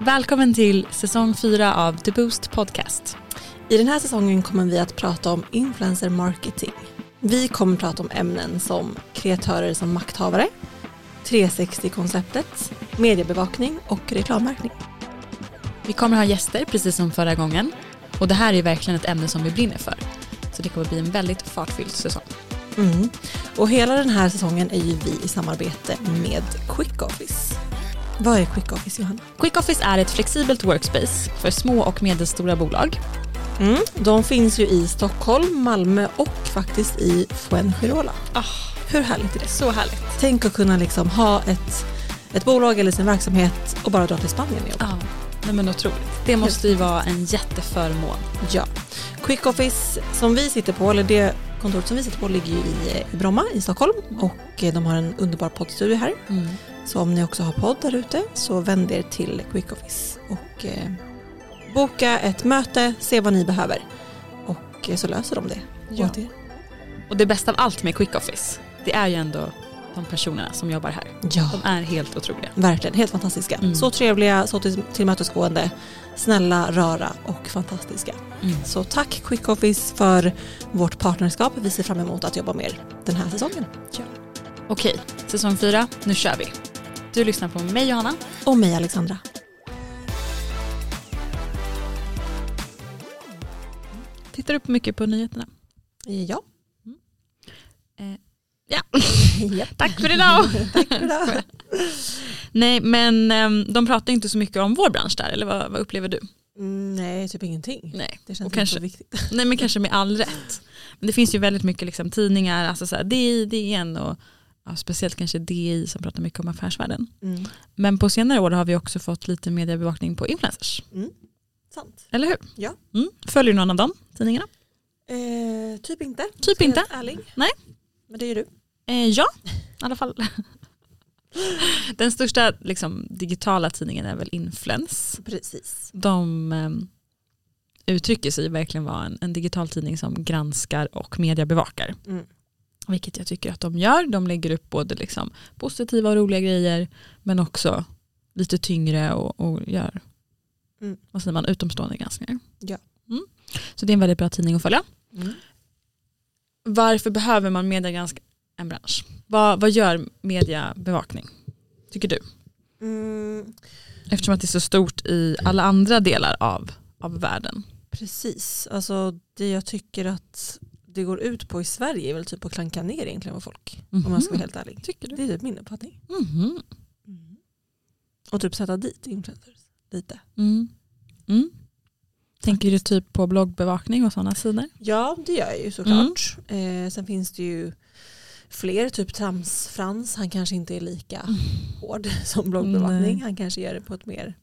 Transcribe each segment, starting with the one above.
Välkommen till säsong 4 av The Boost Podcast. I den här säsongen kommer vi att prata om influencer marketing. Vi kommer prata om ämnen som kreatörer som makthavare, 360-konceptet, mediebevakning och reklammärkning. Vi kommer ha gäster precis som förra gången och det här är verkligen ett ämne som vi brinner för. Så det kommer bli en väldigt fartfylld säsong. Mm. Och hela den här säsongen är ju vi i samarbete med Quick Office. Vad är Quick Office Johanna? Quick Office är ett flexibelt workspace för små och medelstora bolag. Mm. De finns ju i Stockholm, Malmö och faktiskt i Fuengirola. Hur härligt är det? Så härligt. Tänk att kunna liksom ha ett, ett bolag eller sin verksamhet och bara dra till Spanien och jobba. Ja, nej men otroligt. Det måste ju vara en jätteförmån. Ja. Quick Office som vi sitter på, eller det kontoret som vi sitter på ligger ju i, i Bromma i Stockholm och eh, de har en underbar poddstudio här. Mm. Så om ni också har podd där ute så vänd er till Quick Office och eh, boka ett möte, se vad ni behöver och eh, så löser de det Ja. åt er. Och det bästa av allt med Quick Office, det är ju ändå de personerna som jobbar här. Ja. De är helt otroliga. Verkligen, helt fantastiska. Mm. Så trevliga, så till- tillmötesgående, snälla, röra och fantastiska. Mm. Så tack Quick Office för vårt partnerskap. Vi ser fram emot att jobba med er den här säsongen. Okej, säsong 4, nu kör vi. Du lyssnar på mig Johanna. Och mig Alexandra. Tittar upp mycket på nyheterna. Ja. Eh, ja. Mm. Japp. Tack för idag! Tack för idag. Nej men ehm, de pratar inte så mycket om vår bransch där, eller vad, vad upplever du? Mm, Nej, typ ingenting. Nej. Det Och känns inte kanske- så viktigt. Nej men kanske med all rätt. Men det finns ju väldigt mycket liksom, tidningar, alltså så här, DI, DN och ja, speciellt kanske DI som pratar mycket om affärsvärlden. Mm. Men på senare år har vi också fått lite mediebevakning på influencers, Mm. Sant. eller hur? Ja. Mm. Följer du någon av de tidningarna? Eh, typ inte. Typ Helt inte. Ärlig. Nej. Men det är ju du. Eh, ja, i alla fall. Den största liksom, digitala tidningen är väl Influence. Precis. De ehm, uttrycker sig verkligen vara en, en digital tidning som granskar och mediebevakar. Mm. Vilket jag tycker att de gör. De lägger upp både liksom positiva och roliga grejer men också lite tyngre och, och gör Mm. vad säger man, utomstående granskningar. Ja. Mm. Så det är en väldigt bra tidning att följa. Varför behöver man mediegranska en bransch? Vad, vad gör mediebevakning? Tycker du? Mm, Eftersom att det är så stort i alla andra delar av, av världen. precis. Alltså, det jag tycker att det går ut på i Sverige är väl typ att klanka ner egentligen på folk. Om jag ska vara Mm. helt ärlig. Mhm. Tycker du? Det är typ min uppfattning. Mhm. Och typ sätta dit influencers lite. Mm. Mm. Tänker du typ på bloggbevakning och sådana sidor? Ja det gör jag ju såklart. Mm. Eh, sen finns det ju fler, typ Trams Frans, han kanske inte är lika hård som Mm. Nej. bloggbevakning. Han kanske gör det på ett mer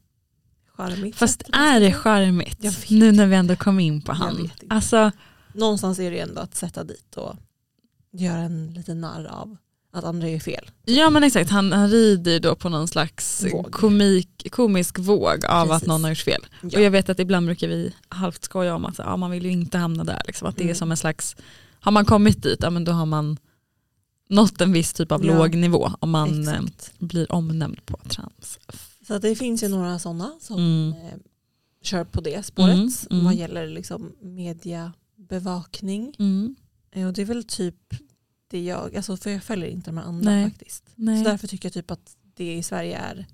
charmigt Fast sätt. är det charmigt Jag vet. nu när vi ändå kom in på Jag han? vet inte. Alltså, Någonstans är det ju ändå att sätta dit och göra en liten narr av att andra gör fel. ja men exakt, han, han rider ju då på någon slags Våg. komik, komisk våg av att Precis. någon har gjort fel. Ja. Och jag vet att ibland brukar vi halvt skoja om att ja, man vill ju inte hamna där. Liksom. Att det är Mm. som en slags, har man kommit dit, ja, men då har man nått en viss typ av Ja. låg nivå om man eh, Exakt. blir omnämnd på trans. Så att det finns ju några sådana som Mm. eh, kör på det spåret Mm, mm. vad gäller liksom mediebevakning. Mm. Eh, Och det är väl typ det jag, alltså för jag följer inte de här andra Nej. faktiskt. Nej. Så därför tycker jag typ att det i Sverige är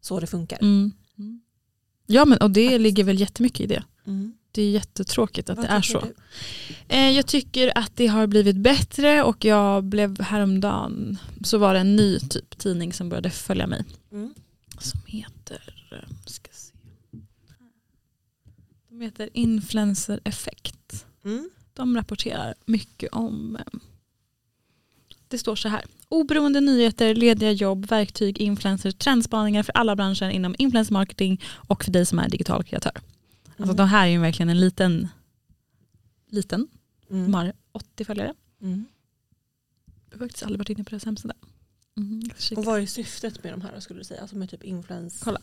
så det funkar. Mm. Mm. Ja men och det ligger väl jättemycket i det. Mm. Det är jättetråkigt att Vad det är tycker så. du? Eh, Jag tycker att det har blivit bättre och jag blev häromdagen så var det en ny typ tidning som började följa mig Mm. som heter eh, ska se. De heter Influencer Effect. Mm. De rapporterar mycket om eh, det står så här. Oberoende nyheter, lediga jobb, verktyg, influencers, trendspaningar för alla branscher inom influencer marketing och för dig som är digital kreatör. Alltså Mm. de här är ju verkligen en liten, liten Mm. de har 80 följare. Mm. Jag har faktiskt aldrig varit inne på deras hemsida. Mm, jag ska kika. Och vad är syftet med de här då, skulle du säga? Alltså med typ influens? Kolla.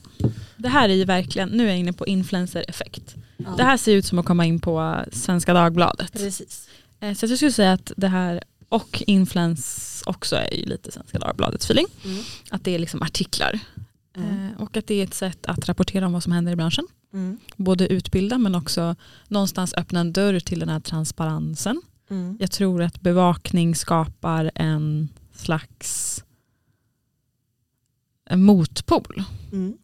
Det här är ju verkligen, nu är jag inne på influencer-effekt. Ja. Det här ser ut som att komma in på Svenska Dagbladet. Precis. Eh, Så att jag skulle säga att det här och influens också är ju lite Svenska Dagbladets feeling. Mm. Att det är liksom artiklar Mm. Eh, Och att det är ett sätt att rapportera om vad som händer i branschen. Mm. Både utbilda men också någonstans öppna en dörr till den här transparensen. Mm. Jag tror att bevakning skapar en slags en motpol. Mm.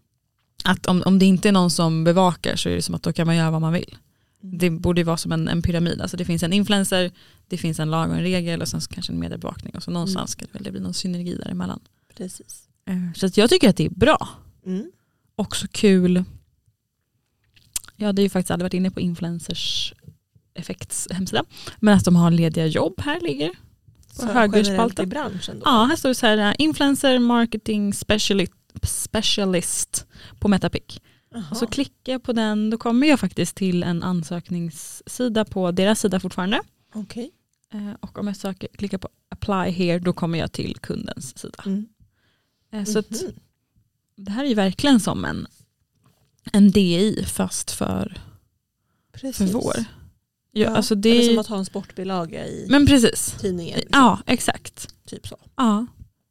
Att om, om det inte är någon som bevakar så är det som att då kan man göra vad man vill. Det borde ju vara som en, en pyramid. Alltså det finns en influencer, det finns en lag och en regel och sen så kanske en mediebevakning. Och så någonstans ska det väl bli någon synergi däremellan. Precis. Eh, Så att jag tycker att det är bra. Mm. Också kul. Jag hade ju faktiskt aldrig varit inne på influencers effekts hemsida. Men att de har lediga jobb här ligger. Så högerspalten. generellt i branschen då? Ja, här står det så här, influencer marketing specialist, specialist på Metapic. Jaha. Och så klickar jag på den, då kommer jag faktiskt till en ansökningssida på deras sida fortfarande. Okej. Eh, Och om jag söker, klickar på apply here, då kommer jag till kundens sida. Mm. Eh, Så att Mhm. det här är ju verkligen som en, en DI fast för, för Precis. vår. Ja, Ja, Alltså det Eller är, som att ha en sportbilaga i men precis. tidningen. Liksom. Ja, exakt. Typ så. Ja.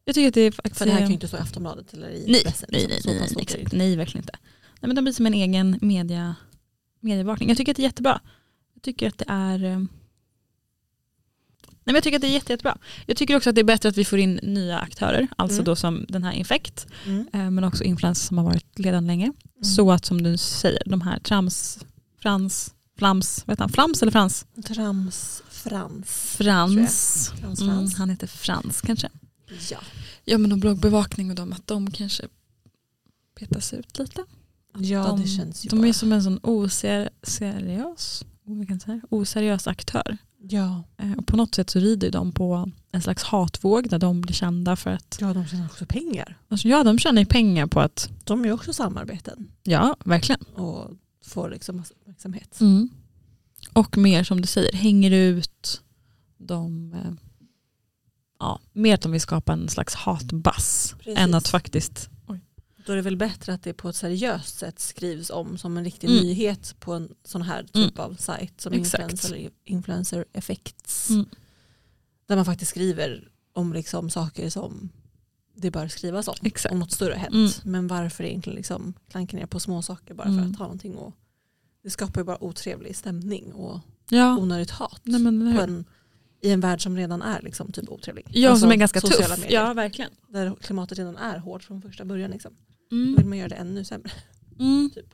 Jag tycker att det är faktiskt... För det här kan ju inte stå i Aftonbladet eller i Alltså, Nej, pressen. nej, liksom. nej, Så nej, pass nej, stort är det exakt. nej, verkligen inte. Nej, men de blir som en egen media, mediebevakning. Jag tycker att det är jättebra. Jag tycker att det är eh, Nej, men jag tycker att det är jätte, jättebra. Jag tycker också att det är bättre att vi får in nya aktörer, alltså Mm. då som den här Infect, inte. Mm. eh, men också influencers som har varit ledande länge. Mm. Så att som du säger, de här trams, frans, flams, vad heter han, flams eller frans? Trams Frans. Frans. Frans, Mm, Frans. han heter Frans kanske. Ja. Ja men om bloggbevakning och de, att de kanske petas ut lite. ja, de- det känns ju De bara. är som en sån oseriös, vad kan jag säga, oseriös aktör. Ja. Eh, Och på något sätt så rider ju de på en slags hatvåg där de blir kända för att, ja, de tjänar också pengar. alltså, ja de tjänar ju pengar på att, De gör också samarbeten ja verkligen. och får liksom massa uppmärksamhet. Mm. Och mer som du säger, hänger ut de, eh, ja mer att de vill skapa en slags hatbass Precis. än att faktiskt, Då är det väl bättre att det på ett seriöst sätt skrivs om som en riktig Mm. nyhet på en sån här typ Mm. av sajt som Exakt. influencer, eller influencer effects. Mm. Där man faktiskt skriver om liksom saker som det bör skrivas om. Exakt. Om något större har hänt. Mm. Men varför egentligen liksom klanka ner på små saker bara för Mm. att ha någonting och det skapar ju bara otrevlig stämning och ja, onödigt hat. nej men eller på hur? en, I en värld som redan är liksom typ otrevlig. Ja, Alltså, som är ganska sociala tuff. Medier, Ja, verkligen. Där klimatet redan är hårt från första början. Liksom. Då vill Mm. man göra det ännu sämre. Mm. Typ.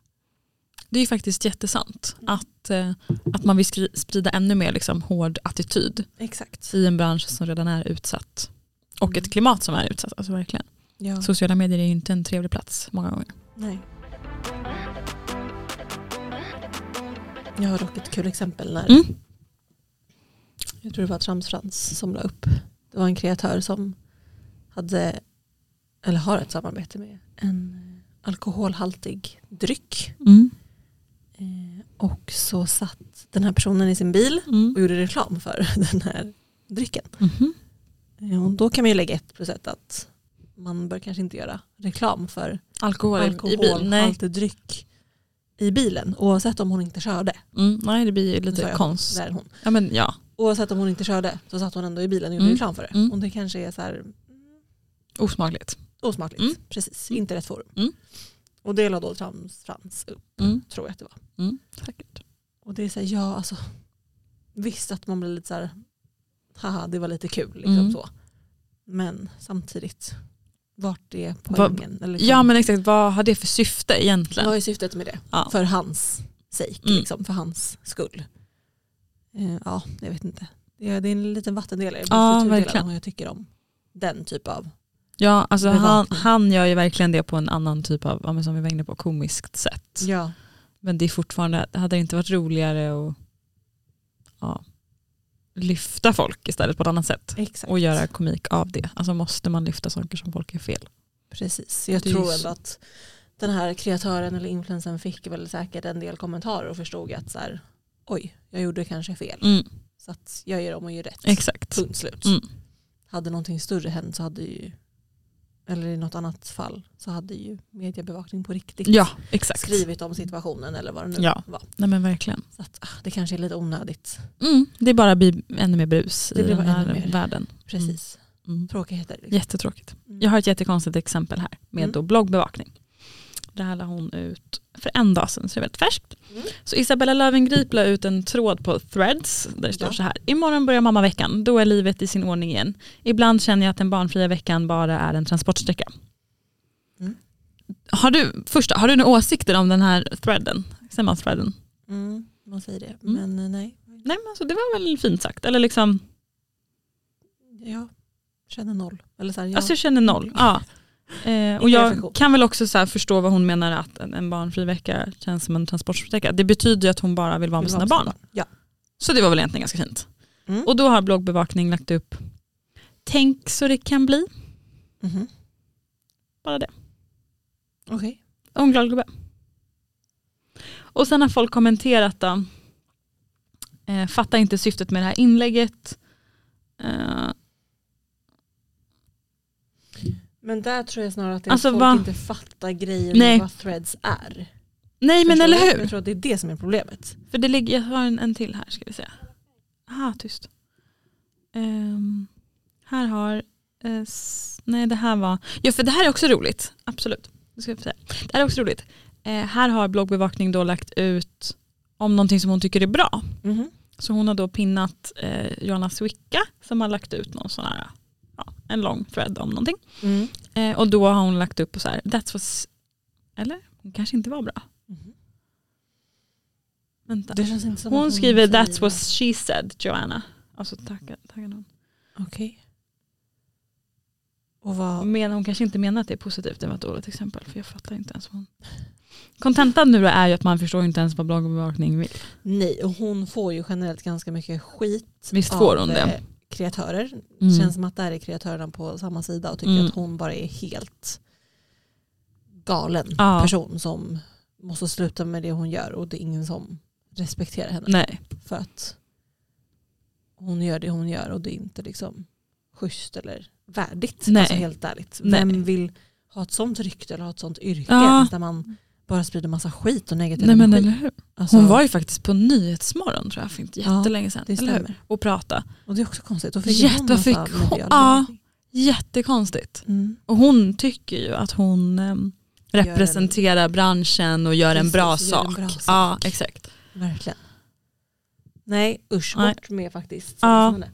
Det är ju faktiskt jättesant Mm. att, eh, att man vill skri- sprida ännu mer liksom, hård attityd Exakt. i en bransch som redan är utsatt. Och Mm. ett klimat som är utsatt. Alltså, verkligen. Ja. Sociala medier är ju inte en trevlig plats många gånger. Nej. Jag har dock ett kul exempel när Mm. jag tror det var Tramsfrans som la upp. Det var en kreatör som hade eller har ett samarbete med en alkoholhaltig dryck. Mm. Eh, Och så satt den här personen i sin bil och Mm. gjorde reklam för den här drycken. Mhm. Eh, Och då kan man ju lägga ett plus ett att man bör kanske inte göra reklam för Alkohol, i- i bil. Nej. alkoholhaltig dryck i bilen. Oavsett om hon inte körde. Mm. Nej, det blir ju Nu sa lite jag konst. Där är hon. Ja, men, ja. Oavsett om hon inte körde så satt hon ändå i bilen och gjorde Mm. reklam för det. Mm. Och det kanske är så här mm, Osmakligt. osmakligt. Mm. Precis, Mm. inte rätt forum. Mm. Och det la då Trams Frans upp, Mm. tror jag att det var. Mm. Säkert. Och det är så här, ja alltså visst att man blir lite så här, haha det var lite kul liksom Mm. så. Men samtidigt, vart är poängen? Eller liksom, Ja men exakt, vad har det för syfte egentligen? Vad är syftet med det? Ja. För hans sake, Mm. liksom, för hans skull. Eh, ja, jag vet inte. Det är, det är en liten vattendelare. Ja, Jag vet inte verkligen. Vad jag tycker om den typ av... Ja, alltså han, Bevakning. han gör ju verkligen det på en annan typ av, ja, men som vi var inne på, komiskt sätt. Ja, Men det är fortfarande, det hade inte varit roligare att ja, lyfta folk istället på ett annat sätt? exakt. Och göra komik av det. Alltså måste man lyfta saker som folk är fel? Precis. Jag Det är ju tror så- ändå att den här kreatören eller influensen fick väl säkert en del kommentarer och förstod att så här, oj, jag gjorde kanske fel. Så att jag gör om och gör rätt. Exakt. Punkt slut. Mm. Hade någonting större hänt så hade ju, eller i något annat fall, så hade ju mediebevakning på riktigt Ja, exakt. skrivit om situationen eller vad det nu Ja. var. Nej men verkligen. Så att, ah, det kanske är lite onödigt. Mm. Det är bara blir ännu mer brus Det i blir den bara här ännu mer. världen. Precis. Mm. Tråkigheter. Liksom. Jättetråkigt. Mm. Jag har ett jättekonstigt exempel här med Mm. då bloggbevakning. Det här la hon ut för en dag sedan, så det är väldigt färskt. Mm. Så Isabella Löwengrip la ut en tråd på Threads där det står Ja. så här. Imorgon börjar mammaveckan, då är livet i sin ordning igen. Ibland känner jag att den barnfria veckan bara är en transportsträcka. Mm. Har du, första, har du några åsikter om den här threaden? Säger man threaden? Mm, man säger det, Mm. men eh, nej. Nej men alltså det var väl fint sagt. Eller liksom, Jag känner noll. Eller så här, jag, alltså jag känner noll. Ja. Eh, och Ingen jag reflektion. kan väl också så här förstå vad hon menar att en, en barnfri vecka känns som en transportsträcka. Det betyder ju att hon bara vill vara med vill sina vara barn. Ja. Så det var väl egentligen ganska fint. Mm. Och då har bloggbevakning lagt upp Tänk så det kan bli, Mhm. bara det. Okej. Och en glad gubbe. Och sen har folk kommenterat då. Eh, fattar inte syftet med det här inlägget. Eh, Men där tror jag snarare att det är Alltså, folk vad- inte fattar grejer Nej. med vad threads är. nej men Förstår eller du? hur? Jag tror att det är det som är problemet. För det ligger, jag har en, en till här ska vi se. Aha, tyst. Ehm, här har, eh, s- nej det här var, ja för det här är också roligt, absolut. Nu ska jag säga. Det här är också roligt. Eh, här har bloggbevakning då lagt ut om någonting som hon tycker är bra. Mhm. Så hon har då pinnat eh, Joanna Swicka som har lagt ut någon sån här, ja, en lång thread om någonting. Mm. Eh, och då har hon lagt upp på så här, that's what's, eller? Hon kanske inte var bra. Mhm. Vänta. Det känns inte som att Hon skriver säger that's what she said Joanna. Alltså tacka, tacka någon. det. Okej. Och vad... Men hon kanske inte menar att det är positivt, det var ett dåligt exempel för jag fattar inte ens vad hon... Kontentan nu då är ju att man förstår inte ens vad bloggbevakning vill. Nej, och hon får ju generellt ganska mycket skit Visst får av, hon det? eh, kreatörer. Det Mm. känns som att där är kreatörerna på samma sida och tycker Mm. att hon bara är helt galen Ja. person som måste sluta med det hon gör och det är ingen som respekterar henne. Nej. För att hon gör det hon gör och det är inte liksom schysst eller värdigt. Nej. Alltså helt ärligt. Nej. Vem vill ha ett sånt rykte eller ha ett sånt yrke Ja. där man bara sprider massa skit och negativ Nej men energi? eller hur. Alltså, Hon var ju faktiskt på Nyhetsmorgon tror jag för inte Ja, jättelänge sedan. det eller hur? stämmer. Och prata. Och det är också konstigt. Då fick Jätte- hon massa fick hon- medial ja. behandling. Jättekonstigt. Mm. Och hon tycker ju att hon ehm, Gör en- representerar branschen och gör en, Precis, bra gör en sak. bra Ja sak. exakt. Verkligen. Nej usch, Nej. bort med faktiskt. Ja. Mm. sådana.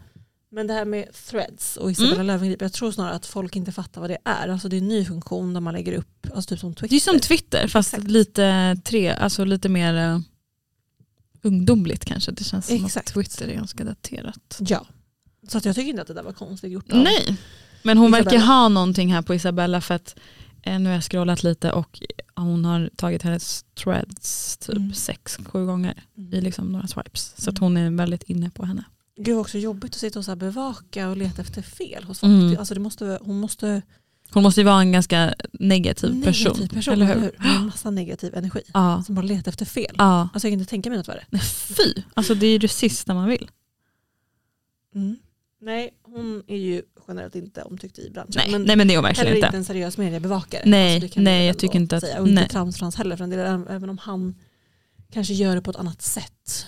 Men det här med threads och Isabella Löwengrip, jag tror snarare att folk inte fattar vad det är. Alltså det är en ny funktion där man lägger upp, alltså typ som Twitter. Det är som Twitter fast Exakt. lite, tre, alltså lite mer eh, ungdomligt kanske. Det känns som Exakt. att Twitter är ganska daterat. Ja. Så att jag tycker inte att det där var konstigt gjort av Nej, men hon verkar Isabella. ha någonting här på Isabella för att eh, nu har jag scrollat lite och eh, hon har tagit hennes threads typ Mm. sex, sju gånger i Mm. liksom några swipes. Så att Mm. hon är väldigt inne på henne. Det var också jobbigt att sitta och så här bevaka och leta efter fel hos folk. Mm. Det- Alltså det måste, hon måste Hon måste ju vara en ganska negativ, Typ person. eller hur? Med en massa negativ energi. Ja. Som bara letar efter fel. ja. Alltså jag kan inte tänka mig något värre. Nej, fy, alltså det är ju det sista man vill. Mm. Nej, hon är ju generellt inte omtyckt i branschen. Nej, men nej men det är hon verkligen heller inte. inte en seriös mediebevakare. Alltså, Nej, det kan nej, vi jag väl tycker då inte att- Säga. Och inte nej. Tramsfrans heller för en del, även om han kanske gör det på ett annat sätt.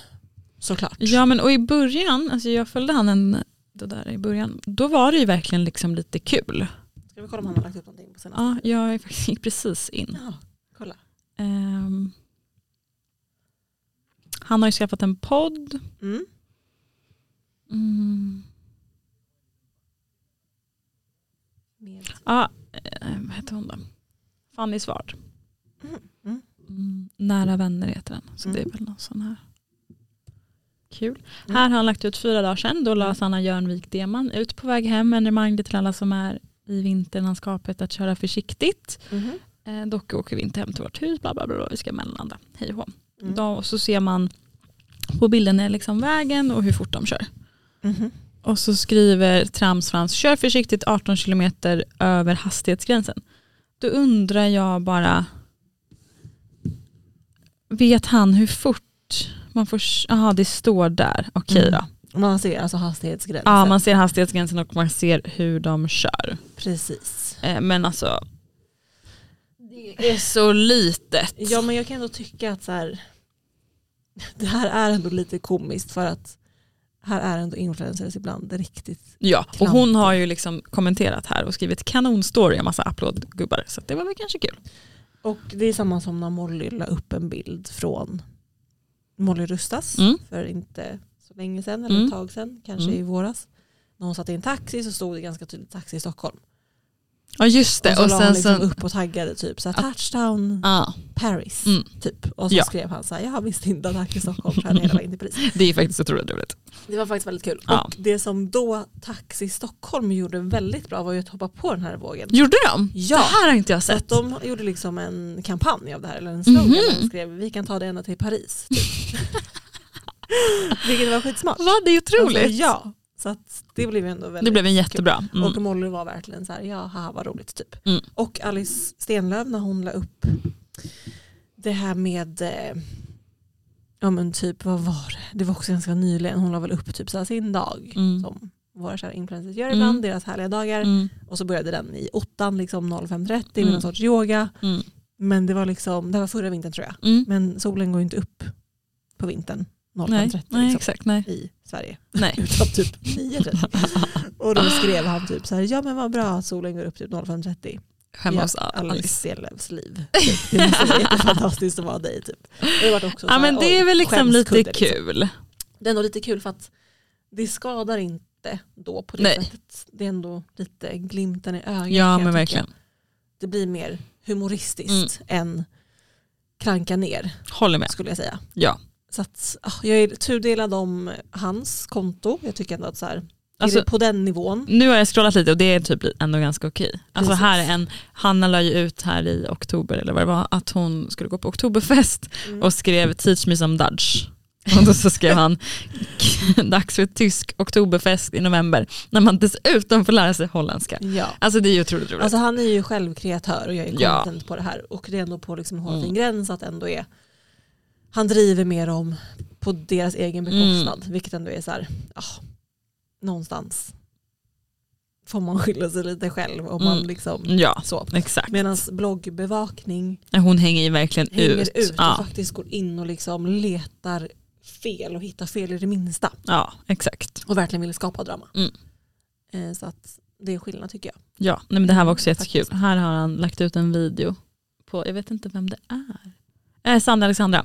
Såklart. Ja men och i början, alltså jag följde han en, det där i början, då var det ju verkligen liksom lite kul. Ska vi kolla om han har lagt upp någonting på senaste? Ja, jag faktiskt gick precis in. Ja, kolla. Ehm, han har ju skaffat en podd. Mm. Mm. Med. Ja, eh, vad heter hon då? Fanny Svard. Mm. Mm. Mm, Nära vänner heter den. Så Mm. det är väl någon sån här. Kul. Mm. Här har han lagt ut fyra dagar sedan. Då la Mm. Sanna Jörnvik Deman ut på väg hem. En reminder till alla som är i vinterlandskapet att köra försiktigt. Mhm. Eh, dock åker vi inte hem till vårt hus, bla bla bla, bla. vi ska mellanlanda, hej och hå. Mm. Då, och så ser man på bilden är liksom vägen och hur fort de kör. Mhm. Och så skriver Tramsfrans, kör försiktigt 18 kilometer över hastighetsgränsen. Då undrar jag bara, vet han hur fort man får, jaha det står där, okej Mm. då. Man ser alltså hastighetsgränsen. Ja man ser hastighetsgränsen och man ser hur de kör. Precis. Eh, men alltså, det är så litet. Ja men jag kan ändå tycka att så här, det här är ändå lite komiskt för att här är ändå influencers ibland riktigt... Ja, och Klantigt. hon har ju liksom kommenterat här och skrivit kanonstory om massa applådgubbar. Så att det var väl kanske kul. Och det är samma som när Molly la upp en bild från Molly Rustas Mm. för inte så länge sedan eller Mm. ett tag sedan, kanske Mm. i våras. När hon satt i en taxi så stod det ganska tydligt taxi i Stockholm. Ja just det. och så Och la han sen, liksom sen, upp och taggade typ så här, Att- touchdown ah, Paris. Mm. Typ. Och så Ja. skrev han så här, jag visste inte att taxi i Stockholm körde hela vägen till Paris. det är faktiskt otroligt roligt. Det var faktiskt väldigt kul. Ja. Och det som då Taxi Stockholm gjorde väldigt bra var ju att hoppa på den här vågen. Gjorde de? Ja. Det här har inte jag Så att sett. de gjorde liksom en kampanj av det här, eller en slogan. Mhm. där De skrev vi kan ta det ända till Paris. Typ. Vilket var skitsmart. Va, det är otroligt. Alltså, ja, så att det blev ju ändå väldigt det blev en jättebra. Mm. Och Molly var verkligen så här, ja haha vad roligt typ. Mm. Och Alice Stenlöf när hon la upp det här med, eh, ja men typ vad var det, det var också ganska nyligen, hon la väl upp typ så här sin dag Mm. som våra kära influencers gör Mm. ibland, deras härliga dagar. Mm. Och så började den i åttan, liksom 05.30 med Mm. någon sorts yoga. Mm. Men det var liksom, det här var förra vintern tror jag, Mm. men solen går ju inte upp på vintern Nej, 05.30 nej, liksom, exakt. Nej. i Sverige nej. utan typ 9.30. Och då skrev han typ så här, ja men vad bra att solen går upp typ 05.30. Hemma Ja, hos Alice Alice. Stenlöfs liv. Typ. Det måste vara jättefantastiskt att vara dig typ. Och det var också så Ja här, men det oj, är väl liksom skämskudde, lite liksom. kul. Det är ändå lite kul för att det skadar inte då på det Nej. sättet. Det är ändå lite glimten i ögat. kan Ja jag men tycka. verkligen. Det blir mer humoristiskt än klanka ner Håller med. skulle jag säga. Ja. Så att, ah, jag är tudelad om hans konto. Jag tycker ändå att så här, är Alltså- det på den nivån Nu har jag scrollat lite och det är typ ändå ganska okej. Alltså Precis. här är en, Hanna la ju ut här i oktober eller vad det var, att hon skulle gå på oktoberfest Mm. och skrev teach me some Dutch. Och då så skrev han dags för tysk oktoberfest i november när man dessutom får lära sig holländska. Mm. Ja. Alltså det är ju otroligt roligt. Alltså han är ju själv kreatör och jag är Ja. Mm. content på det här. Och det är ändå på liksom en hårfin gräns att ändå är, han driver mer om på deras Mm. egen bekostnad. Vilket ändå är så här, ja, någonstans får man skylla sig lite själv om man Mm. liksom ja, så. exakt. Medan bloggbevakning Hon hänger ju verkligen hänger ut. ut, och Ja, faktiskt går in och liksom letar fel och hittar fel i det minsta. ja, exakt. Och verkligen vill skapa drama. Mm. Eh, Så att det är skillnad tycker jag. Ja, nej men det här var också Mm, jättekul. Här har han lagt ut en video på, jag vet inte vem det är. Eh, Sandra Alexandra.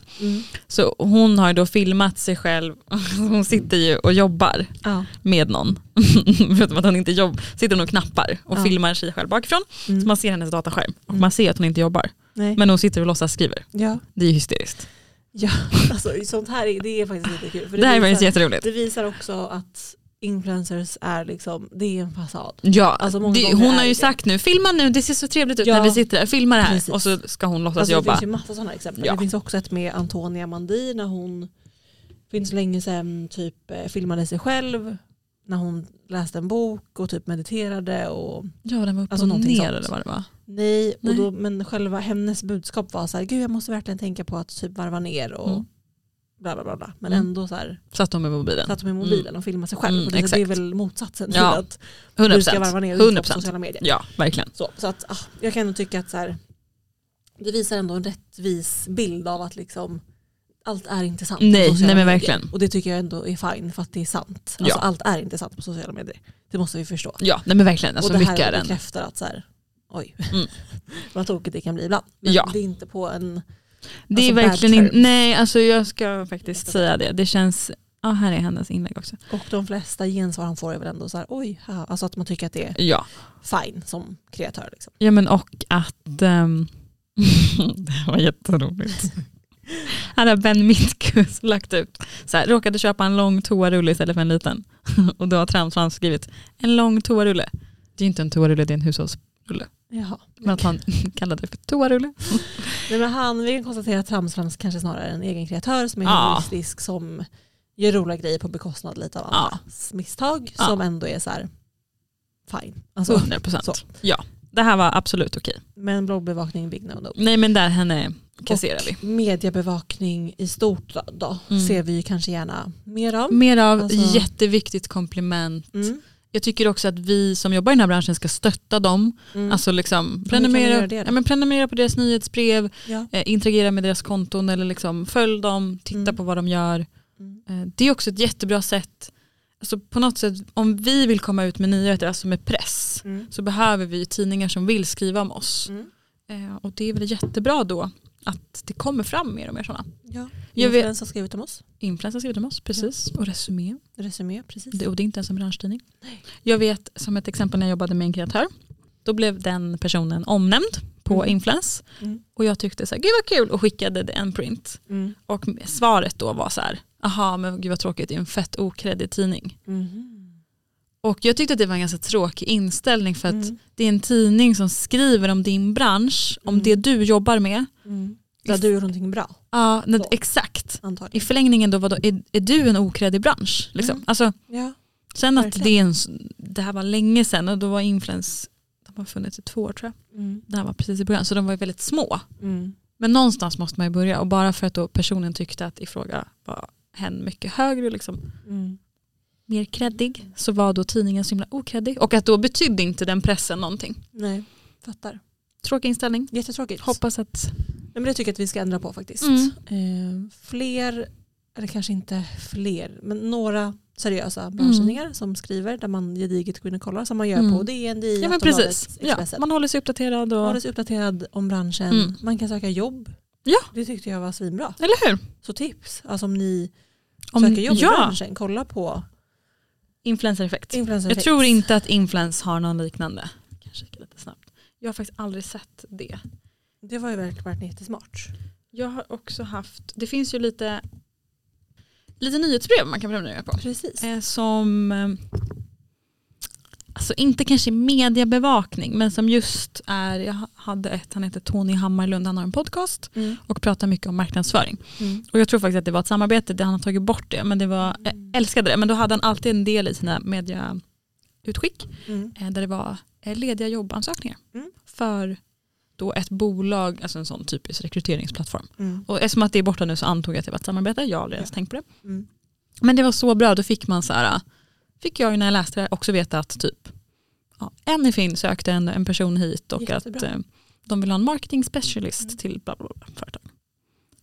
Så hon har ju då filmat sig själv, hon sitter ju och jobbar Ja. med någon. Förutom att hon inte jobb, sitter hon och knappar och Ja. filmar sig själv bakifrån. Mm. Så man ser hennes dataskärm och Mm. man ser att hon inte jobbar. Nej. Men hon sitter och låtsas skriver. ja. Det är ju hysteriskt. Ja, alltså sånt här är, det är faktiskt lite kul. För det här är faktiskt visar, jätteroligt. det visar också att influencers är liksom, det är en fasad. Ja, Alltså, många det, gånger hon är har ju det- sagt nu, filma nu, det ser så trevligt ut Ja. när vi sitter där, filma det här. Precis. Och så ska hon låtsas Alltså, det jobba. finns ju massa sådana exempel. Ja. Det finns också ett med Antonia Mandi när hon, för inte så länge sedan, typ eh, filmade sig själv när hon läste en bok och typ mediterade och Ja, den var upp Alltså, och någonting ner sånt. eller vad det var. nej, Nej. Och då, men själva hennes budskap var så här, gud jag måste verkligen tänka på att typ varva ner och Mm. bla bla bla, bla. Men Mm. ändå så här, Satt hon med mobilen. satt hon med mobilen och filmade sig själv. Mm, och det, det är exakt. väl motsatsen till Ja. att 100%. du ska varva ner och inte vara på 100%. sociala medier. Ja, verkligen. Så, så att, ah, jag kan ändå tycka att så här, det visar ändå en rättvis bild av att liksom, allt är inte sant Nej, på sociala nej men medier. verkligen. Och det tycker jag ändå är fine för att det är sant. Alltså, Ja. Allt är inte sant på sociala medier. Det måste vi förstå. Ja, nej men verkligen. Alltså, och det mycket här är den. bekräftar att så här, oj, Mm. vad tokigt det kan bli ibland. Men Ja. det är inte på en... Det är Alltså, bad verkligen inte, terms. nej alltså jag ska faktiskt säga det. Det känns, ja här är hennes inlägg också. Och de flesta gensvar han får är väl ändå så här, oj, haha. alltså att man tycker att det är Ja, fine som kreatör. Liksom. ja men och att, ehm, det här var jätteroligt. Här har Ben Mitkus lagt ut, så här, råkade köpa en lång toarulle istället för en liten. Och då har Transfrans skrivit, en lång toarulle. Det är ju inte en toarulle, det är en hushållsrulle. Jaha. Men att han kallade det för toarulle. Nej, men han, vi kan konstatera att Tramsrams kanske snarare är en egen kreatör som är Ja. humoristisk som gör roliga grejer på bekostnad lite av Ja. andras misstag Ja. som ändå är så här fine. Alltså, 100 Så. procent. Ja, det här var absolut okej. men bloggbevakning, big no no. Nej men där henne kasserar vi. Och mediebevakning i stort då, då Mm. ser vi ju kanske gärna mer av. Mer av Alltså- jätteviktigt komplement. Mm. Jag tycker också att vi som jobbar i den här branschen ska stötta dem. Mm. Alltså liksom, kan man göra prenumerera, det då? ja, men prenumerera på deras nyhetsbrev, ja. eh, interagera med deras konton eller liksom följ dem, titta Mm. på vad de gör. Mm. Eh, det är också ett jättebra sätt alltså på något sätt, om vi vill komma ut med nyheter, alltså med press, Mm. så behöver vi ju tidningar som vill skriva om oss. Mm. Eh, och det är väl jättebra då att det kommer fram mer och mer sådana. Ja. Jag vet- Den som skrivit om oss. Influencers har skrivit om oss, precis. Och Resumé. Resumé, precis. Det, och det är inte ens en branschtidning. Nej. Jag vet som ett exempel när jag jobbade med en kreatör. Då blev den personen omnämnd på Mm. Influence. Mm. Och jag tyckte så här, gud vad kul och skickade det en print. Mm. Och svaret då var så här, aha men gud vad tråkigt, det är en fett okreddig tidning. Mhm. Och jag tyckte att det var en ganska tråkig inställning för att Mm. det är en tidning som skriver om din bransch, om Mm. det du jobbar med. Mm. Ja, du gör någonting bra, Ja, nej, Så. exakt. I antagligen. förlängningen då, vadå, är, är du en okreddig bransch? Liksom. Mm. Alltså, Ja. sen att Verkligen. det, är en, s- det här var länge sedan och då var influens, de har funnits i två år tror jag. Mm. Det här var precis i början så de var ju väldigt små. Mm. Men någonstans måste man ju börja och bara för att då personen tyckte att i fråga var hen mycket högre och liksom Mm. mer kreddig så var då tidningen så himla okreddig. Och att då betydde inte den pressen någonting. Nej, fattar. Tråkig inställning. Jättetråkigt. Hoppas att... Nej, men det tycker jag att vi ska ändra på faktiskt. Mm. Eh, fler, eller kanske inte fler, men några seriösa branschtidningar som skriver där man gediget går in och kollar som man gör Mm. på DN, DI, Ja men Aftonbladet, precis. Ja, Expressen. man håller sig uppdaterad och... Man håller sig uppdaterad om branschen, Mm. man kan söka jobb. Ja. Det tyckte jag var svinbra. Eller hur? Så tips, alltså om ni Om- söker jobb i ja, branschen, kolla på influencereffekt. influencer Jag tror inte att influens har någon liknande. Jag kan kika lite snabbt. Jag har faktiskt aldrig sett det. Det var ju verkligen varit jättesmart. Jag har också haft, det finns ju lite, lite nyhetsbrev man kan prenumerera på. Precis. Eh, som, eh, alltså inte kanske mediebevakning men som just är, jag hade ett, han heter Tony Hammarlund, han har en podcast Mm. och pratar mycket om marknadsföring. Mm. Och jag tror faktiskt att det var ett samarbete, det han har tagit bort det, men det var, jag Mm. älskade det, men då hade han alltid en del i sina mediautskick Mm. eh, där det var eh, lediga jobbansökningar Mm. för då ett bolag, alltså en sån typisk rekryteringsplattform. Mm. Och eftersom att det är borta nu så antog jag att det var ett samarbete, jag har aldrig ens tänkt på det. Mm. Men det var så bra, då fick man så här, fick jag ju när jag läste det här också veta att typ ja, en i Finn sökte en, en person hit och att Jättebra. eh, de vill ha en marketing specialist Mm. till bla bla bla företag.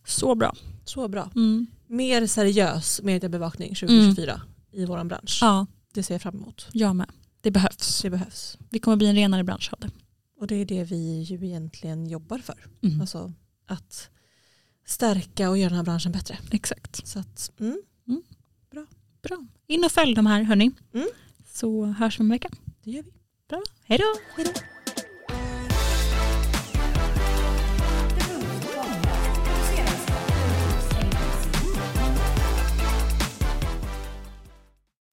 Så bra. Så bra. Mm. Mer seriös mediebevakning 2024 i vår bransch. Ja, Det ser jag fram emot. jag med. Det behövs. Det behövs. Vi kommer bli en renare bransch av det. Och det är det vi ju egentligen jobbar för. Mm. Alltså att stärka och göra den här branschen bättre. Exakt. Så att, mm, Bra. In och följ de här hörni. Mm. Så hörs vi om en vecka. det gör vi. Bra. Hej då. Hej då.